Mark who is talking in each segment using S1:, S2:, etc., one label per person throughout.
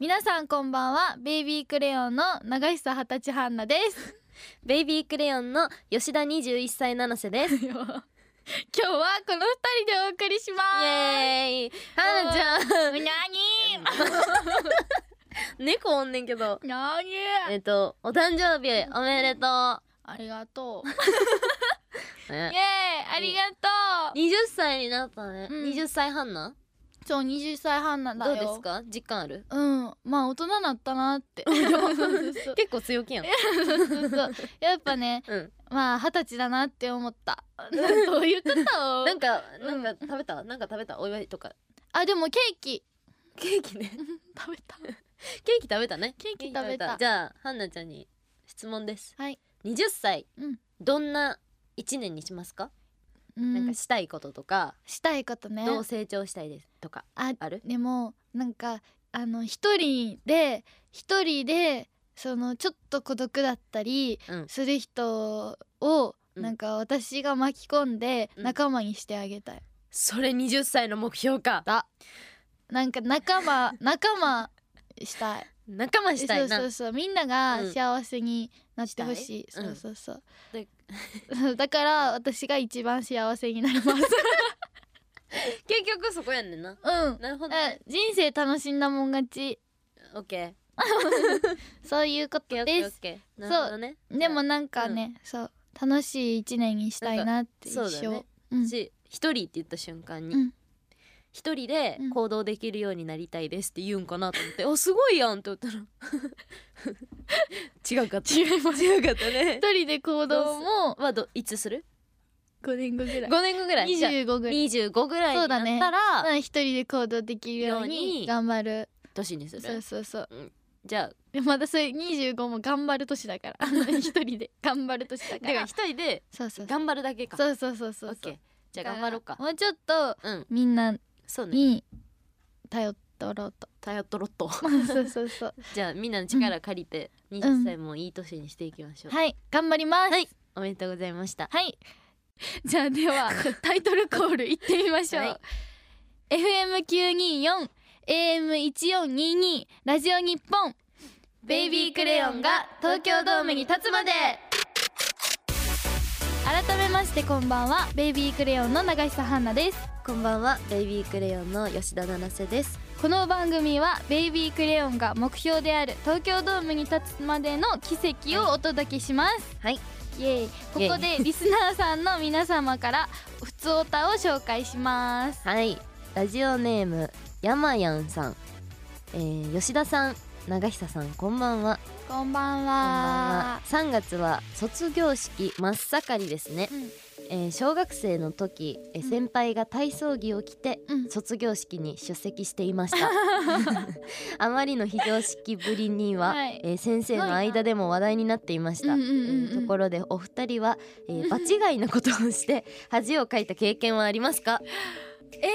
S1: 皆さんこんばんはベイビークレヨンの長久二十歳ハンナです
S2: ベイビークレヨンの吉田21歳七瀬ですイ
S1: 今日はこの二人でお送りします
S2: エーイ
S1: ハンナちゃん
S2: ゃ
S1: に
S2: ん猫おんねんけど
S1: ーになに
S2: えっとお誕生日おめでと
S1: ありがとう
S2: う
S1: イエー
S2: ね
S1: イありがとう
S2: 20歳になったね、
S1: うん
S2: 20歳半な
S1: そう20歳ハンナだよ
S2: どうですか実感ある
S1: うんまあ大人になったなって そう
S2: 結構強気やん
S1: そうそうやっぱね
S2: うん
S1: まあ二十歳だなって思った どういう ことを
S2: なんかな
S1: うん
S2: んか食べたなんか食べたお祝いとか
S1: あでもケーキ
S2: ケーキね
S1: 食べた
S2: ケーキ食べたね
S1: ケーキ食べた
S2: じゃあハンナちゃんに質問です
S1: はい
S2: 20歳、
S1: うん
S2: どんな一年にしますか、
S1: な
S2: なんん
S1: か
S2: か
S1: し
S2: したいこととか
S1: したいことね
S2: どう成長したいですとか
S1: あ
S2: ある
S1: でもなんかあの一人で一人でそのちょっと孤独だったり
S2: うん
S1: する人を、
S2: うん
S1: なんか私が巻き込んで
S2: うん
S1: 仲間にしてあげたい、
S2: それ20歳の目標か
S1: だなんか仲 間仲間したい
S2: 仲間したいな
S1: そうそうそうみんなが
S2: うん
S1: 幸せになってほしい、
S2: した
S1: そ
S2: い
S1: ううんそうそう、
S2: で
S1: だから私が一番幸せにな ります
S2: 結局そこやんねんな
S1: うん
S2: なるほど
S1: あ人生楽しんだもん勝ち
S2: オッケー
S1: そういうこ
S2: オッケ
S1: と
S2: ーオッケー
S1: で
S2: オッ
S1: す
S2: ケー
S1: そう
S2: なるほどね
S1: でもなんかね、そう楽しい一年にしたいなって一
S2: そうだ
S1: 生
S2: よね
S1: うん
S2: し一人って言った瞬間に、
S1: うん
S2: 一人で
S1: うん
S2: 行動できるようになりたいですって言うんかなと思って、あすごいやんっ て言ったら違うかった違うかったね
S1: 一人で行動も
S2: は どいつする
S1: 5年後ぐらい
S2: 5年後ぐらいじゃあ
S1: 25ぐらい
S2: 25ぐらい
S1: そ
S2: に
S1: うだね
S2: なったら、
S1: うん一人で行動できるよう
S2: よう
S1: に
S2: に
S1: 頑張る
S2: 年にする
S1: そうそうそう
S2: じゃあ
S1: でまだそれ25も頑張る年だから一人で頑張る年だか
S2: だから
S1: ら
S2: 一人で
S1: そうそう
S2: 頑張るだけか
S1: そうそうそうそう
S2: オッケ
S1: そ
S2: ー
S1: う
S2: じゃあ頑張ろうか
S1: だらもうちょっと
S2: うん
S1: みんな
S2: そうね
S1: に頼っておろう と
S2: 頼っとろっと
S1: そうそうそう
S2: じゃあみんなの力借りて20歳もいい年にしていきましょう、
S1: はい頑張ります
S2: はいおめでとうございました
S1: はい。じゃあではタイトルコールいってみましょう。
S2: はい
S1: FM 九二四 AM 一四二二ラジオ日本ベイビークレヨンが東京ドームに立つまで。改めましてこんばんはベイビークレヨンの永久ハンナです。
S2: こんばんはベイビークレヨンの吉田七瀬です
S1: この番組はベイビークレヨンが目標である東京ドームに立つまでの奇跡をお届けします
S2: はい
S1: イエーイここ でリスナーさんの皆様からふつおたを紹介します
S2: はいラジオネームやまやんさん、えー、吉田さん長久さんこんばんは
S1: こんばん
S2: こんばんは
S1: は
S2: 3月は卒業式真っ盛りですね、えー小学生の時、えー
S1: うん
S2: 先輩が体操着を着て
S1: うんうん
S2: 卒業式に出席していました あまりの非常識ぶりには、
S1: はい
S2: えー先生の間でも話題になっていました、
S1: うんうんうんうん
S2: えーところでお二人は、えー、場違いなことをして恥をかいた経験はありますか
S1: え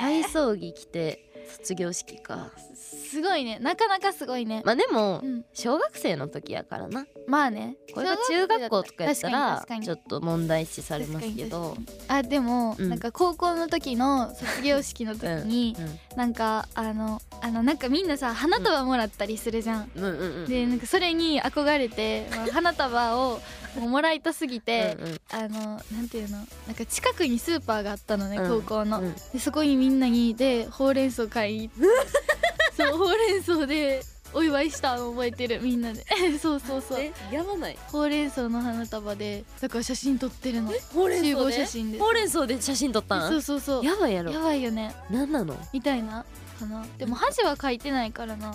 S2: 体操着着て卒業式か
S1: ー、すごいねなかなかすごいね、
S2: まあでも
S1: うん、
S2: 小学生の時やからな
S1: まあね
S2: これが中学校とかやったら
S1: 確かに確かに
S2: ちょっと問題視されますけど
S1: 確あでも、
S2: うん
S1: なんか高校の時の卒業式の時に、なんかあのあのなんかみんなさ花束もらったりするじゃん。
S2: うんうんうんうん
S1: でなんかそれに憧れて、 まあ、花束をもうもらいたすぎて
S2: う、んうん
S1: あのなんていうのなんか近くにスーパーがあったのね、
S2: うん
S1: 高校の、
S2: うん
S1: でそこにみんなにでほうれん草買いに行 ってそうほうれん草でお祝いしたの覚えてるみんなで そうそうそう
S2: えやばない
S1: ほうれん草の花束でだから写真撮ってるの
S2: ほうれん
S1: 集
S2: 草
S1: 合
S2: で
S1: 写真で
S2: ほうれん草で写真撮った
S1: そ
S2: ん
S1: うそうそう
S2: やばいやろ
S1: やばいよね
S2: なんなの
S1: みたいなかなでも恥は書いてないからな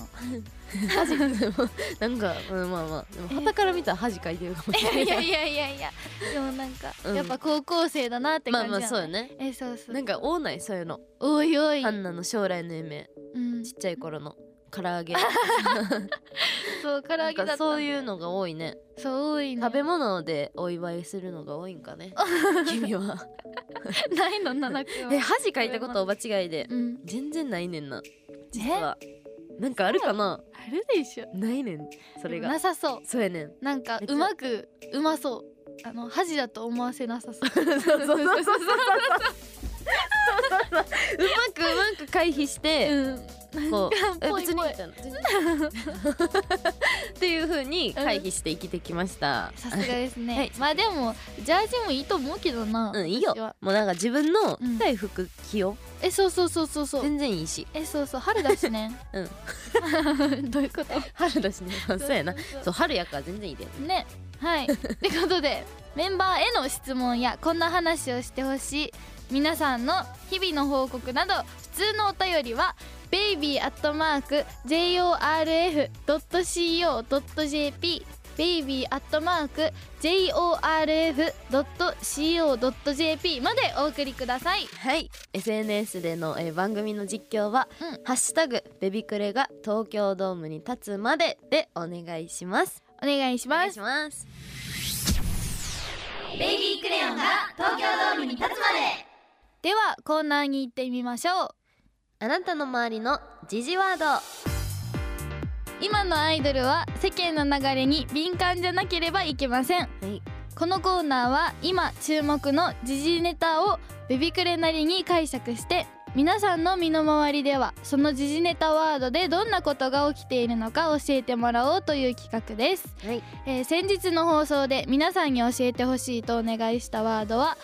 S2: なんかうんまあまあでも旗から見たら恥かいてるかもし
S1: いや
S2: れ
S1: い
S2: な
S1: や
S2: い
S1: いやいやいや でもなんか、
S2: うん
S1: やっぱ高校生だなって
S2: ま
S1: 感
S2: あ
S1: じ
S2: まあそうよ
S1: ね
S2: ね
S1: えそうそう
S2: なんか多ないそういうの
S1: おいおい、
S2: ハンナの将来の夢
S1: うん
S2: ちっちゃい頃の唐揚げ
S1: そう唐揚
S2: な
S1: げ
S2: ん
S1: だった
S2: かそういうのが多いね
S1: そう多いね
S2: 食べ物でお祝いするのが多いんかね 君は
S1: ないの七くん
S2: え
S1: は
S2: 恥かいたことおば違いで
S1: うん
S2: 全然ないねんな実はなんかあるかな
S1: あるでしょ
S2: ないねんそれ
S1: でも
S2: が
S1: なさそう
S2: そうやねん
S1: なんか
S2: 別
S1: うまくうまそう あの恥だと思わせなさそう
S2: そうそうそうそうそうくうまく回避して、
S1: うん
S2: こう
S1: なんか
S2: え
S1: ぽい
S2: 別に
S1: ぽい
S2: みたいな全然っていう風に回避して生きてきました、
S1: さすがですね、
S2: はい
S1: まあでもジャージもいいと思うけどな
S2: うんいいよ
S1: 私は
S2: もうなんか自分の着たい服着よ
S1: えそうそうそうそう
S2: う、
S1: そう
S2: 全然いいし
S1: えそうそう春だしね
S2: うん
S1: どういうこと
S2: 春だしねそうやな
S1: そう
S2: そう春やから全然いいで
S1: ねはいってことでメンバーへの質問やこんな話をしてほしい皆さんの日々の報告など普通のお便りは baby.jorf.co.jp baby.jorf.co.jp までお送りください
S2: はい SNS での、えー番組の実況は
S1: うん
S2: ハッシュタグベビクレが東京ドームに立つまででお願いします。
S1: お願いし
S2: お
S1: ます
S2: ます。
S1: ベイビークレヨンが東京ドームに立つまでではコーナーに行ってみましょう
S2: あなたの周りのジジワード。
S1: 今のアイドルは世間の流れに敏感じゃなければいけません
S2: はい。
S1: このコーナーは今注目の時事ネタをベビクレなりに解釈して皆さんの身の回りではその時事ネタワードでどんなことが起きているのか教えてもらおうという企画です
S2: はい。
S1: えー先日の放送で皆さんに教えてほしいとお願いしたワードは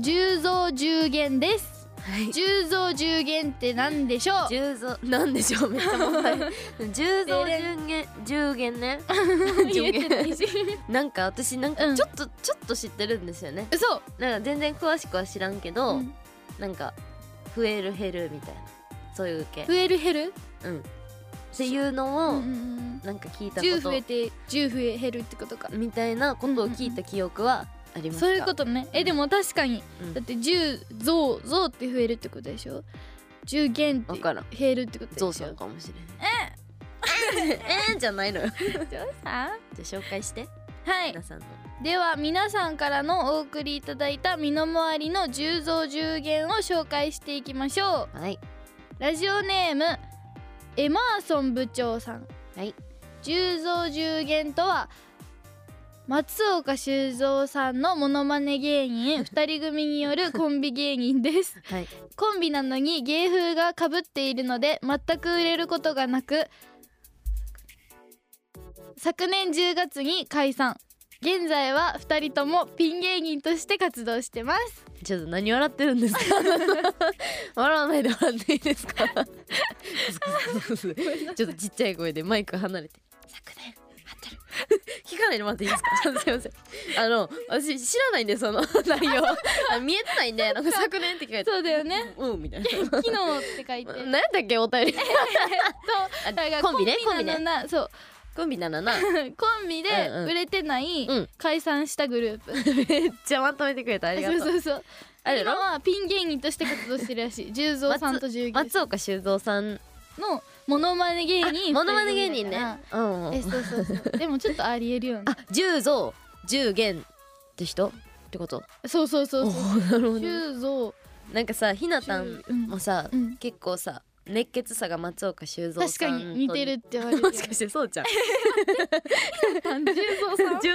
S1: 10増10減です
S2: はい。
S1: 10増10減って何でしょう
S2: 十増なんでしょうめっちゃ 問題。十増十減十減ね。10減
S1: 言えてないし
S2: なんか私なん
S1: う
S2: か
S1: ん
S2: ちょっと、ちょっと知ってるんですよね。
S1: 嘘
S2: なんか全然詳しくは知らんけど、
S1: うん
S2: なんか増える減るみたいなそういう系
S1: 増。える減る
S2: うん。っていう
S1: う
S2: のを、
S1: んうん
S2: なんか聞いたこ
S1: 10
S2: と
S1: 増えて10増え減るってことか
S2: みたいなことを聞いた記憶はありますか、
S1: そういうことねえでも確かに
S2: うん
S1: だって10増増って増えるってことでしょ10減って
S2: わからん
S1: 減るってことでし
S2: ゾ
S1: ょ
S2: ウさんかもしれない ええーじゃないのよじ
S1: ゾウさん
S2: ゃあ紹介して
S1: はい
S2: 皆さんの
S1: では皆さんからのお送りいただいた身の回りの10増10減を紹介していきましょう
S2: はい
S1: ラジオネームエマーソン部長さん
S2: はい
S1: 10増10減とは松岡修造さんのモノマネ芸人2人組によるコンビ芸人です
S2: はい
S1: コンビなのに芸風がかぶっているので全く売れることがなく昨年10月に解散現在は2人ともピン芸人として活動してます
S2: ちょっと何笑ってるんです か笑わないで笑っていいですかちょっとちっちゃい声でマイク離れて昨年合ってる 聞かないでもらっていいですかちょっとすいません あの私知らないんでその内容あ見えてないんで なんか昨年って聞かれて
S1: そうだよね
S2: うん みたいな
S1: 昨日って書いて
S2: 何やったっけお便り
S1: とだから
S2: コンビね
S1: なのなそう
S2: コンビならな
S1: コンビで
S2: うんうん
S1: 売れてない
S2: うん
S1: 解散したグループ
S2: めっちゃまとめてくれたありが
S1: そう
S2: とう
S1: そうそう
S2: あれや
S1: 今
S2: ろ
S1: はピン芸人として活動してるらしい十三さんと十三
S2: 松岡修造さん
S1: のモノマネ芸人
S2: モノマネ芸人
S1: 二人組だから
S2: ねうん
S1: えそうそうそうでもちょっとありえるよね
S2: あ十造十元って人ってこと
S1: そうそうそうそう
S2: ーなるほ
S1: 修造
S2: なんかさひなたんもさ
S1: うん
S2: 結構さ熱血さが松岡修造
S1: 確
S2: さ
S1: か
S2: ん
S1: に似てるって言われ
S2: と
S1: る
S2: もしかしてそうちゃん
S1: 単純そうさ ん
S2: 十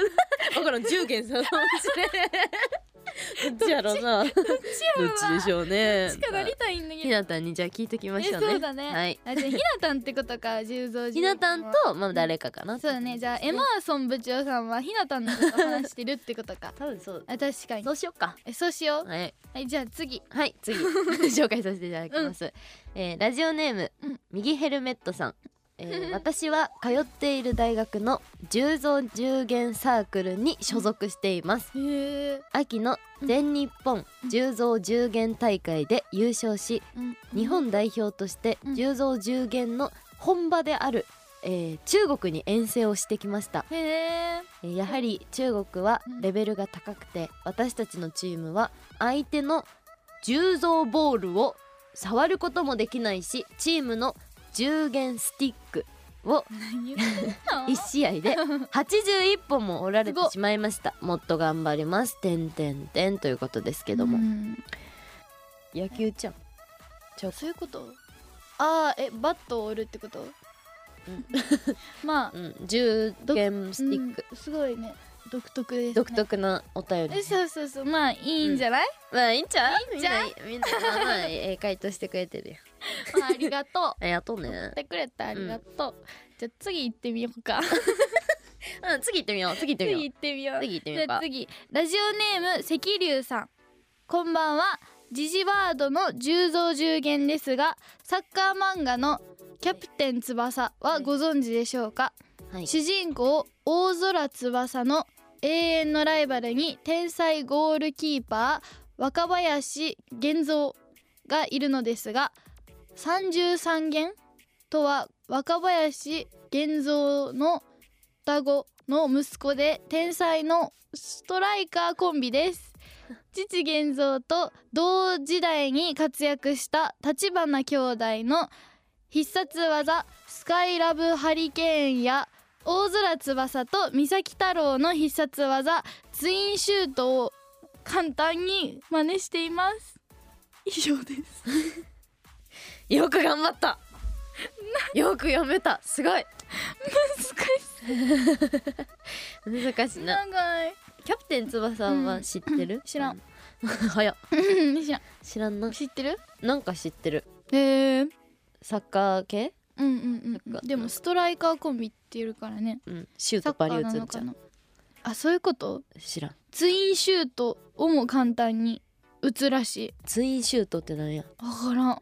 S2: 分からん十元さんかもしれんどっちやろう などっちでしょうね
S1: しかなりたいんだ
S2: ひ
S1: け
S2: なたんにじゃあ聞いときま
S1: どえ
S2: しょうね
S1: そうだね
S2: はい
S1: あじゃあひなたんってことか十三
S2: ひなたんとまあ誰かかな
S1: そうだねじゃあエマーソン部長さんはひなたんのこと話してるってことか
S2: 多分そう
S1: あ確かに
S2: そうしよっか
S1: えそうしよう
S2: はい
S1: はいじゃあ次
S2: はい 次紹介させていただきます、えーラジオネーム、
S1: うん
S2: 右ヘルメットさん、え ー私は通っている大学の十増十減サークルに所属しています
S1: へえ
S2: 秋の全日本十増十減大会で優勝し日本代表として
S1: うん
S2: 十増十減の本場である、えー中国に遠征をしてきました
S1: へえ
S2: えーやはり中国は
S1: うん
S2: レベルが高くて私たちのチームは相手の重蔵ボールを触ることもできないしチームの10弦スティックを
S1: 何言ってんの
S2: 1試合 で81本も折られて
S1: すごっ
S2: しまいましたもっと頑張りますてんてんてんということですけども、
S1: うん
S2: 野球ちゃん
S1: そういうことああえバットを折るってこと、
S2: うん
S1: まあ
S2: うん10弦スティック
S1: うんすごいね独特です、ね、
S2: 独特なお便り
S1: えそうそうそうまあいいんじゃない、
S2: まあいいんちゃう
S1: いいんちゃう
S2: みんなみんなまあまあええ回答してくれてるよ
S1: まあ、ありがと
S2: ありがとう
S1: う送
S2: ね
S1: ってくれてありがとう、じゃあ次行ってみようか
S2: うん次行ってみよう次行ってみ
S1: 次
S2: よ
S1: 行ってみよう
S2: う次行ってみ
S1: じ
S2: よう
S1: ゃあ
S2: か
S1: 次ラジオネーム石龍さんこんばんはジジワードの10増10減ですがサッカー漫画のキャプテン翼はご存知でしょうか、
S2: はい
S1: 主人公大空翼の永遠のライバルに天才ゴールキーパー若林源三がいるのですが33弦とは若林源三の双子の息子で天才のストライカーコンビ です父源三と同時代に活躍した立花兄弟の必殺技スカイラブハリケーンや大空翼と三崎太郎の必殺技ツインシュートを簡単に真似しています以上です
S2: よく頑張ったよく読めたすごい難しいな
S1: 長い
S2: キャプテン翼は知ってる、
S1: 知らん
S2: 早っ
S1: うん知らん
S2: 知らんな
S1: 知ってる
S2: なんか知ってる
S1: へえー、
S2: サッカー系
S1: うんうんうん
S2: な
S1: うんん
S2: か
S1: でもストライカーコンビっていうからね
S2: うんシュー
S1: サ
S2: ト
S1: ッカー
S2: バリュ
S1: な
S2: ーズ
S1: の
S2: みた
S1: か
S2: いな
S1: なあそういうこと
S2: 知らん
S1: ツインシュートをも簡単に打つらしい
S2: ツインシュートってなんや
S1: わからん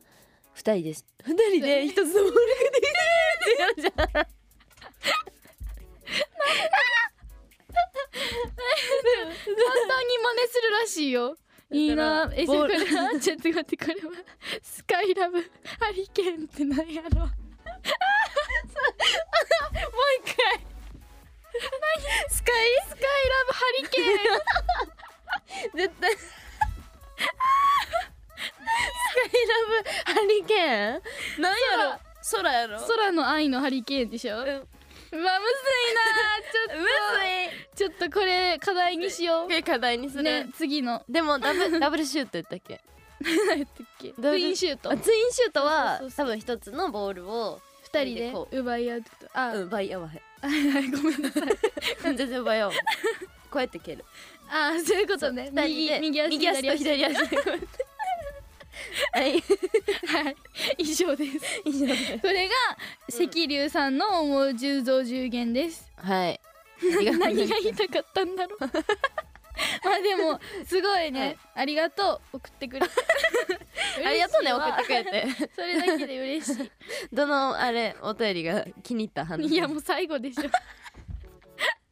S2: 二人です二人で一つのボールが出てるってやるじゃん
S1: 簡単に真似するらしいよ。いいな、え、じゃ、
S2: ボ
S1: こ
S2: ール
S1: れ、ちょっと待って、これは。スカイラブ、ハリケーンってなんやろ
S2: もう一回
S1: スカイ、スカイラブ、ハリケーン。
S2: 絶対スカイラブハリケーンなんやろ空やろ
S1: 空の愛のハリケーンでしょうわ、むずいな、ちょっ
S2: む
S1: と、ちょっと、これ、課題にしよ
S2: ずい課題にす
S1: う。
S2: る、
S1: ね、次の、
S2: でもダ ブダブルシュートやったっけ
S1: 何やったっけ。
S2: どう
S1: ツインシュート
S2: あ、ツインシュートは
S1: そうそうそ
S2: 多分一つのボールを
S1: 二人で
S2: こう
S1: 奪い合うってこと。あ、
S2: うん倍合わ
S1: はい、 ごめんなさい。
S2: へん 全然倍合わへんこうやって蹴る
S1: あ、そういうことね。
S2: 二人
S1: 右、
S2: で
S1: 右足、
S2: 右足と左足はい
S1: はい、以上です。
S2: 以上です
S1: これが石龍さんの思う10増10減です。
S2: はいありがとう
S1: 何が言いたかったんだ ろう。まあでもすごいね、ありがとう送ってくれて。
S2: ありがと うね送っ
S1: れ。
S2: てくれて
S1: それだけで嬉し
S2: どのあれお便りが気に入った話
S1: い。いやもう最後でしょ。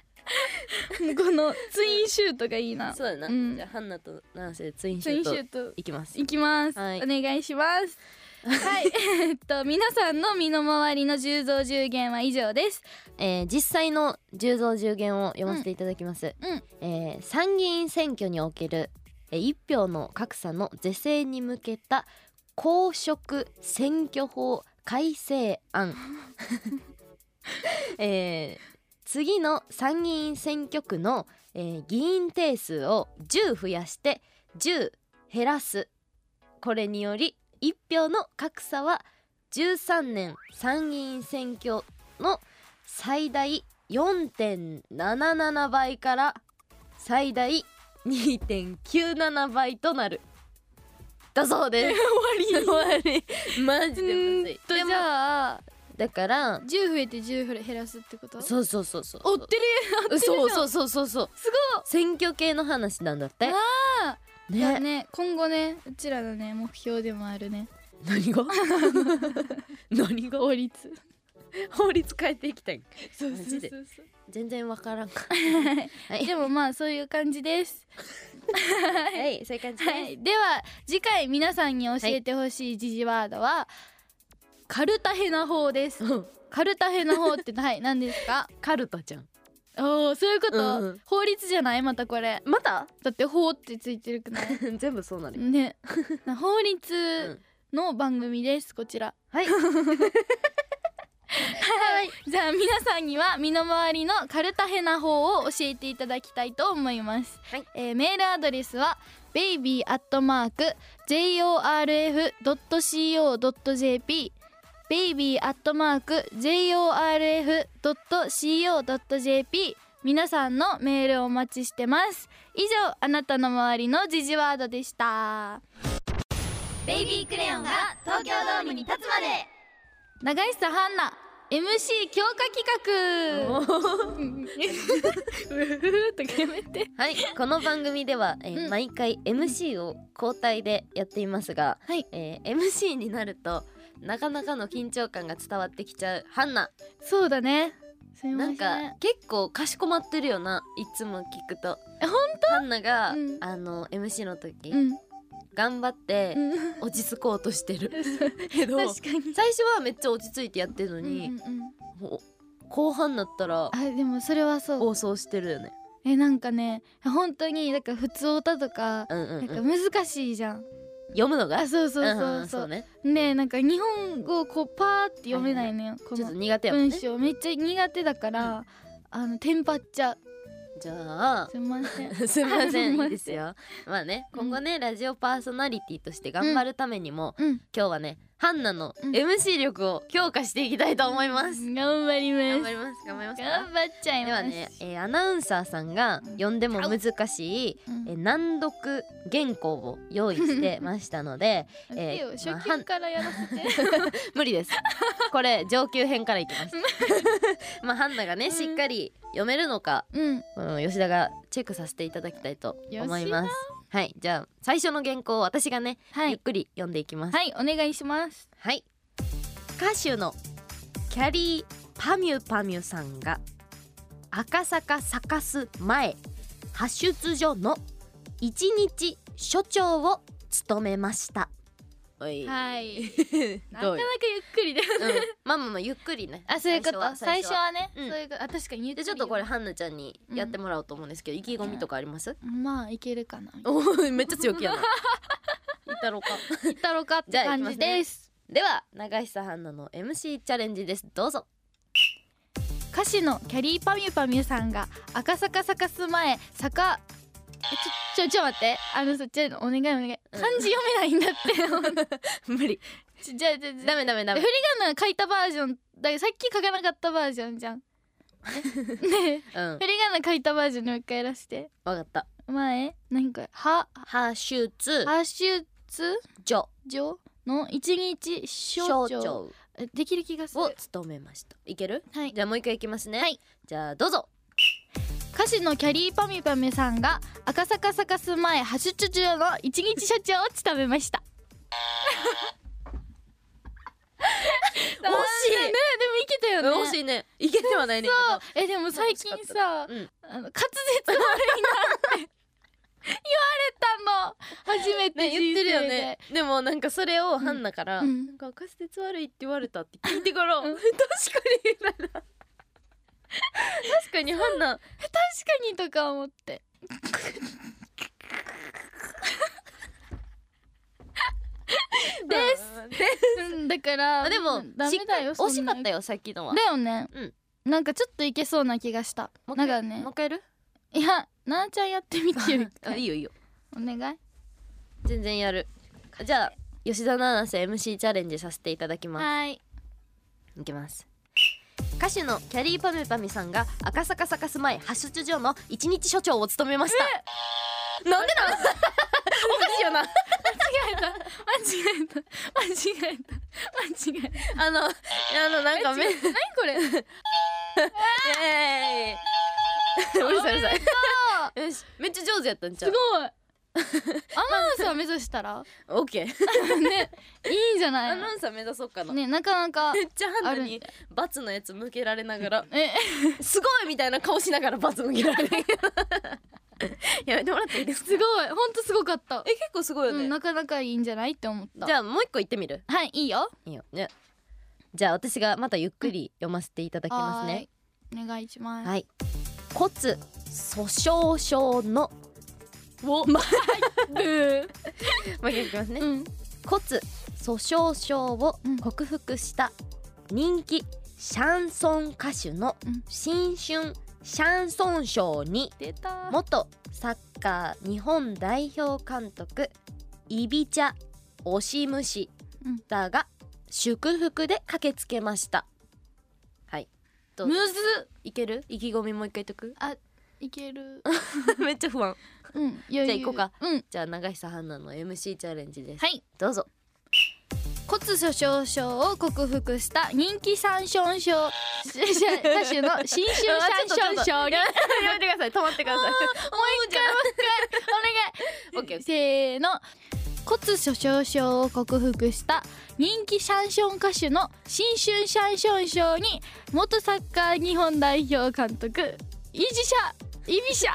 S1: このツインシュートがいいな。
S2: そうだな、
S1: うん
S2: じゃあハンナとナナセでツイン
S1: ツ
S2: シュ
S1: イ
S2: ー
S1: ンシ
S2: ト
S1: ュート
S2: いきます
S1: いきます。
S2: は
S1: お
S2: い
S1: 願いします。 はい、えっと皆さんの身の回りの10増10減は以上です。
S2: えー実際の10増10減を読ませていただきます、
S1: うん
S2: えー参議院選挙における、えー一票の格差の是正に向けた公職選挙法改正案、えー次の参議院選挙区の、えー議員定数を10増やして10減らすこれにより一票の格差は13年参議院選挙の最大4.77倍から最大2.97倍となるだそうです 終わり終わりマジでむずい
S1: とじ
S2: でも
S1: ゃあ
S2: だから
S1: 10増えて10減らすってこと？
S2: そうそうそうそう
S1: 追ってる追ってるじゃん
S2: そうそうそうそうそう
S1: すごい
S2: 選挙系の話なんだって
S1: あいや
S2: ね
S1: ね今後ねうちらのね目標でもあるね
S2: 何が何が
S1: 法律
S2: 法律変えていきたい
S1: そう
S2: そうそう全然わからんかはい
S1: でもまあそういう感じです
S2: はいそういう感じです、
S1: はいでは次回皆さんに教えてほしい時事ワードは、カルタヘナ法です
S2: うん
S1: カルタヘナ法ってはい何です か
S2: カルタちゃん
S1: おおそういうこと、
S2: うんうん
S1: 法律じゃないまたこれ
S2: また
S1: だって法ってついてるく ない
S2: 全部そうなるよ
S1: ね法律の番組ですこちら
S2: はい
S1: はい、じゃあ皆さんには身の回りのカルタヘナ法を教えていただきたいと思います、
S2: はい
S1: えーメールアドレスは baby.jorf.co.jp baby.jorf.co.jp 皆さんのメールをお待ちしてます以上あなたの周りの時事ワードでした
S3: ベイビークレヨンが東京ドームに立つまで
S1: 長久ハンナ MC 強化企画うんうふふとかやめて
S2: はい、この番組では、えー
S1: うん
S2: 毎回 MC を交代でやっていますが、
S1: はい
S2: えー MC になるとなかなかの緊張感が伝わってきちゃうハンナ、
S1: そうだねすみませ
S2: なん
S1: ん
S2: か結構かしこまってるよないつも聞くと
S1: えほ
S2: ハンナが、
S1: うん
S2: あの MC の時、
S1: うん、
S2: 頑張って
S1: うん、
S2: 落ち着こうとしてるけど
S1: 確かに
S2: 最初はめっちゃ落ち着いてやってるのに、
S1: うんうんうん
S2: もう後半になったら
S1: あでもそれはそう
S2: 暴走してるよね
S1: えなんかね本当にだから普通歌とか
S2: うんうん、う
S1: なんか
S2: ん、
S1: 難しいじゃん、
S2: 読むのが
S1: あそうそうそうそ,、
S2: そううね
S1: ねなんか日本語をこうパーって読めないのよ、こ
S2: ちょっと
S1: の
S2: 苦手やもん
S1: 文
S2: ね
S1: 章めっちゃ苦手だから、あのテンパっちゃう
S2: じゃあ
S1: すみません
S2: すみませ
S1: すい
S2: ん
S1: ません
S2: いいですよまあね
S1: うん
S2: 今後ね、ラジオパーソナリティとして頑張るためにも、
S1: うん
S2: 今日はねハンナの
S1: うん
S2: MC 力を強化していきたいと思います、
S1: 頑張り
S2: 頑
S1: ます
S2: 張ります頑張りますか
S1: 頑張っちゃい
S2: で
S1: ま
S2: は
S1: す
S2: ね、えーアナウンサーさんが読んでも難しい、
S1: うん
S2: えー難読原稿を用意してましたのでえー
S1: 手を初
S2: まあ
S1: 級からやらせて
S2: 無理です これ上級編からいき ますまあハンナがねしっかり読めるのか
S1: うん
S2: この吉田がチェックさせていただきたいと思いますはいじゃあ最初の原稿を私がね
S1: は
S2: ゆっ
S1: い
S2: くり読んでいきます。
S1: はいお願いします
S2: はい、歌手のキャリーパミュパミュさんが赤坂サカス前派出所の一日所長を務めました。おい、
S1: はいなかなか
S2: どうよ
S1: ゆっくりで
S2: うん、まあまあま あゆっくりね。
S1: あそういうこと最
S2: 最
S1: 初
S2: 初は。
S1: はね、
S2: うん
S1: そういうことあ確かにゆっく
S2: で
S1: り
S2: ちょっとこれハンナちゃんにやってもらおうと思うんですけど、意気込みとかあります？
S1: まあいけるかな
S2: おおめっちゃ強気やな。いったろか。
S1: いったろかって
S2: じゃあ
S1: 感じです
S2: では長久ハンナの MC チャレンジです。どうぞ。
S1: 歌手のキャリーパミュパミュさんが赤坂サカス前坂えちょちょちょ待ってあのさちょお願いお願い漢字読めないんだ って
S2: 無理。
S1: ちょじゃあじゃあじゃあ
S2: ダメダメダメ
S1: 振。り仮名書いたバージョンださっき書かなかったバージョンじゃんね ね
S2: うん
S1: 振。り仮名書いたバージョンもう一回やらせて
S2: わかった。
S1: 前何これは
S2: ハシュツ
S1: ハ出
S2: ジョ
S1: 所の一日
S2: 省
S1: 省庁
S2: 庁
S1: えできる気がする
S2: を務めました。いける？
S1: はい
S2: じゃあもう一回いきますね。
S1: はい。
S2: じゃあどうぞ。
S1: 歌手のキャリーパミュパミュさんが赤坂サカス前ハシュチュチュの一日社長を務めました惜し
S2: 惜しい
S1: ねでもいけたよね
S2: 惜しいね。いけてはないねん
S1: そう
S2: け
S1: えでも最近さ、
S2: ど。うん。
S1: あの滑舌悪いなって言われたの初めて
S2: ね言
S1: 人生
S2: ってる
S1: で、
S2: よね。でもなんかそれを
S1: ん
S2: ハンナから、
S1: うん
S2: なんか赤舌悪いって言われたって聞いてから、
S1: うん
S2: 確かにみたいな。確かにハンナ
S1: 確かにとか思ってです
S2: で
S1: うんだから
S2: あでも
S1: うんダメだよ
S2: しっかり惜しかった
S1: よ
S2: よさっきのは
S1: だ。よね、
S2: うん
S1: なんかちょっといけそうな気がした
S2: もう一
S1: な
S2: 回
S1: んかね
S2: もう一回やる？
S1: いやなあちゃんやってみてよ一
S2: あ
S1: 回
S2: いいよいいよ。
S1: お願い
S2: 全然やる。じゃあ吉田七瀬 MC チャレンジさせていただきます。
S1: はい
S2: いきます歌手のキャリーパミュパミさんが赤坂サカス前発出所の一日所長を務めましたなんでなん おかしいよな
S1: 間違えた間違えた間違えた間違えた
S2: あのあのなんか め
S1: え違う何これ
S2: えーいうるさいうるさいよしめっちゃ上手やったんちゃ
S1: す
S2: う
S1: ごいアナウンサー目指したら
S2: オッケー
S1: ねいいんじゃな
S2: ア
S1: い
S2: ナウンサー目指そうかな、
S1: ねなかな か
S2: めっちゃハ
S1: あ
S2: ンナ
S1: る
S2: に罰のやつ向けられながら
S1: え
S2: すごいみたいな顔しながら罰向けられ るやめてもらっていいですか
S1: すごいほんとすごかった
S2: え結構すごいよ
S1: う
S2: ね、
S1: んなかなかいいんじゃないって思った
S2: じゃあもう一個言ってみる
S1: はいいいよ
S2: いいよね。じゃあ私がまたゆっくり読ませていただきますね。
S1: はーいお願いします、
S2: はい。骨粗鬆症の をま
S1: ブー
S2: もう一回いきますね。
S1: うん
S2: 骨粗鬆症を克服した人気シャンソン歌手の
S1: うん
S2: 新春シャンソン賞に
S1: 出た
S2: 元サッカー日本代表監督イビチャ・オシムシだが祝福で駆けつけましたはいと
S1: むずっ
S2: いける意気込みもう一回言っとく
S1: いける
S2: めっちゃ不安
S1: うんじ
S2: じゃあ行こうか
S1: うん
S2: じゃあ永久花の MC チャレンジです、
S1: はい
S2: どうぞ
S1: 骨粗鬆症を克服した人気サンション症歌手の新春 サンション症にもう
S2: やめてください止まってください
S1: 一回もう一回お願い
S2: オッケーオッケー
S1: せーの骨粗鬆症を克服した人気シャンション歌手の新春シャンション賞に元サッカー日本代表監督イジシャイビ シャ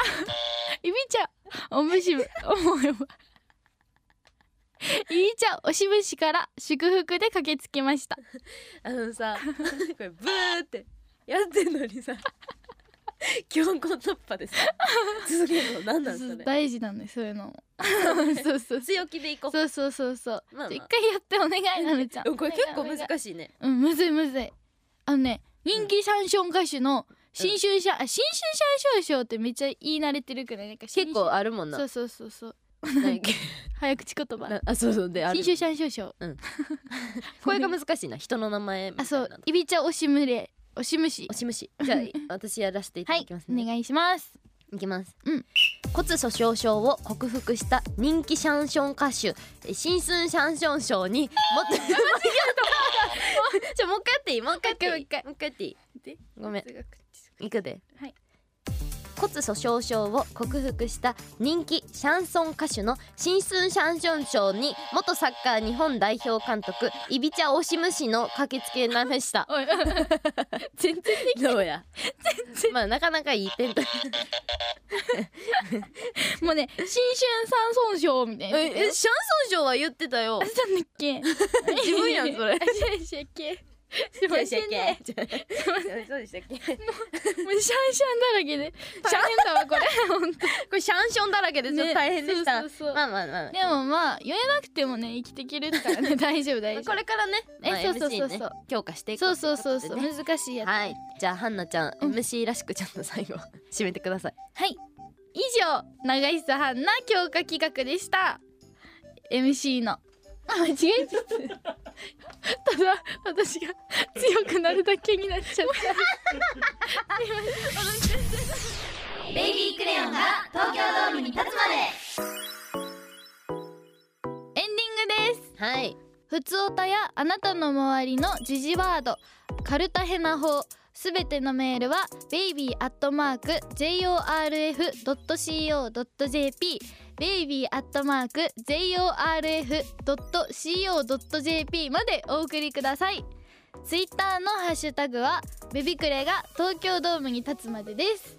S1: イビチャおむ しぶ思えばイビチャおしぶしから祝福で駆けつけました
S2: あのさこれブーってやってんのにさ 強行突破でさ続けるの何なん それ
S1: 大事なんですそういうの もそうそう
S2: 強気でいこう
S1: そうそうそうそう
S2: まあまあ
S1: 一回やってお願いなめちゃん
S2: でもこれ結構
S1: お願い
S2: 難しいね
S1: うんむずいむずいあのね人気シャンション歌手の新春シャン、あ新春シャンション賞ってめっちゃ言い慣れてるくないなんか新
S2: 結構あるもんな
S1: そうそうそうそう
S2: なんか
S1: 早口言葉
S2: なあそうそうである
S1: 新春シャンション賞
S2: これが難しいな人の名前みた
S1: あ
S2: いな
S1: そ
S2: の
S1: ういびちゃおしむれおしむし
S2: おしむし じゃあ私やらせていた
S1: は
S2: だ
S1: い
S2: きます
S1: お
S2: ね、
S1: 願いします
S2: いきます、
S1: うん
S2: 骨粗鬆症を克服した人気シャンション歌手え新春シャンション賞にもっ と間違えたちょもう一回やっていいもう一回やってい
S1: も
S2: い
S1: う一回
S2: もう一回やっていい
S1: で
S2: ごめんいくで
S1: はい
S2: 骨粗鬆症を克服した人気シャンソン歌手の新春シャンション賞に元サッカー日本代表監督イビチャオシム氏の駆けつけなめした
S1: おい全然でき
S2: どうやまあなかなかいい点だ
S1: もうね新春三ン賞みたいなやつだよ
S2: シャンソン賞は言ってたよ
S1: あそうなんだっけ
S2: 自分やんそれ
S1: あそうでしたっけすごい
S2: そう
S1: ね
S2: でしたっけそうでしたっ け
S1: もうシャンシャンだらけで大変だわこれ本
S2: これシャンションだらけでちょっと大変でした
S1: そうそうそう
S2: まあまあまあ
S1: でもまあ言えなくてもね生きてきれるから ね大丈夫大丈夫
S2: これからね
S1: え
S2: まあ
S1: そうそうそう
S2: MC ね
S1: そう
S2: 強化していこ
S1: そううそうそうそう、
S2: といことでね
S1: 難しいやつ
S2: はいじゃあハンナちゃん
S1: うん
S2: MC らしくちゃんと最後締めてください
S1: はい以上長久絆強化企画でした MC のあ間違えちゃった ただ私が強くなるだけになっちゃった
S3: ベイビークレヨンが東京ドームに立つまで
S1: エンディングです
S2: はい
S1: ふつおたやあなたの周りの時事ワードカルタヘナ法すべてのメールは baby.jorf.co.jp baby.jorf.co.jp までお送りくださいツイッターのハッシュタグはベビクレが東京ドームに立つまでです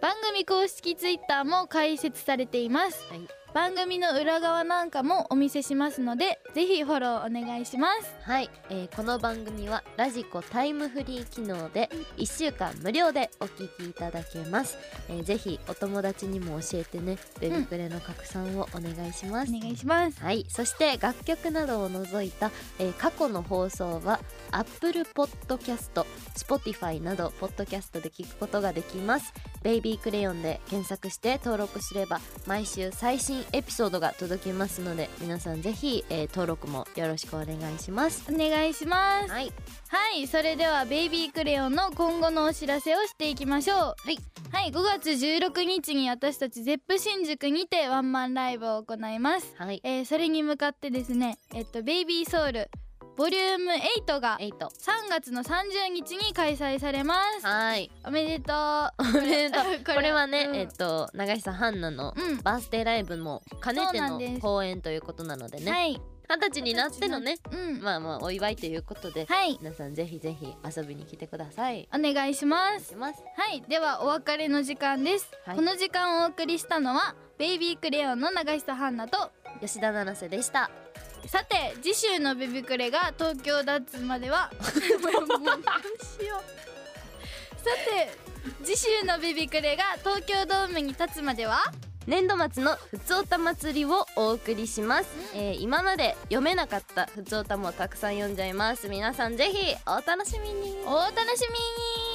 S1: 番組公式ツイッターも開設されています
S2: はい
S1: 番組の裏側なんかもお見せしますのでぜひフォローお願いします
S2: はい、えーこの番組はラジコタイムフリー機能で1週間無料でお聞きいただけます、えーぜひお友達にも教えてねベビクレの拡散をお願いしま
S1: お
S2: す、
S1: 願いします
S2: はい、そして楽曲などを除いた、えー過去の放送は Apple Podcast、Spotify などポッドキャストで聞くことができます。ベイビークレヨンで検索して登録すれば毎週最新エピソードが届きますので皆さんぜひ、えー登録もよろしくお願いします。
S1: お願いします
S2: はい、
S1: はいそれではベイビークレヨンの今後のお知らせをしていきましょう
S2: い
S1: はい、5月16日に私たちゼップ新宿にてワンマンライブを行います
S2: はい、
S1: えーそれに向かってですねえっとベイビーソウルボリューム8が
S2: エイト。
S1: 3月の30日に開催されます
S2: はい、
S1: おめでとう
S2: おめでとう これはね、
S1: うん
S2: えっと永久ハンナの
S1: うん
S2: バースデーライブも兼ねて
S1: そうなんです
S2: の公演ということなのでね、
S1: はい
S2: 二十歳になってのね、
S1: うん
S2: まあまあお祝いということで、
S1: はい
S2: 皆さんぜひぜひ遊びに来てください。
S1: お願いしま
S2: し
S1: す
S2: ます。
S1: はいではお別れの時間です、
S2: はい
S1: この時間をお送りしたのはベイビークレヨンの長久ハンナと
S2: 吉田七瀬でした。
S1: さて次週のベビクレが東京ダッツまで はもうもうどうしようさて次週のベビクレが東京ドームに立つまでは
S2: 年度末のふつおた祭りをお送りします、えー今まで読めなかったふつおたもたくさん読んじゃいます皆さんぜひお楽しみに
S1: お楽しみに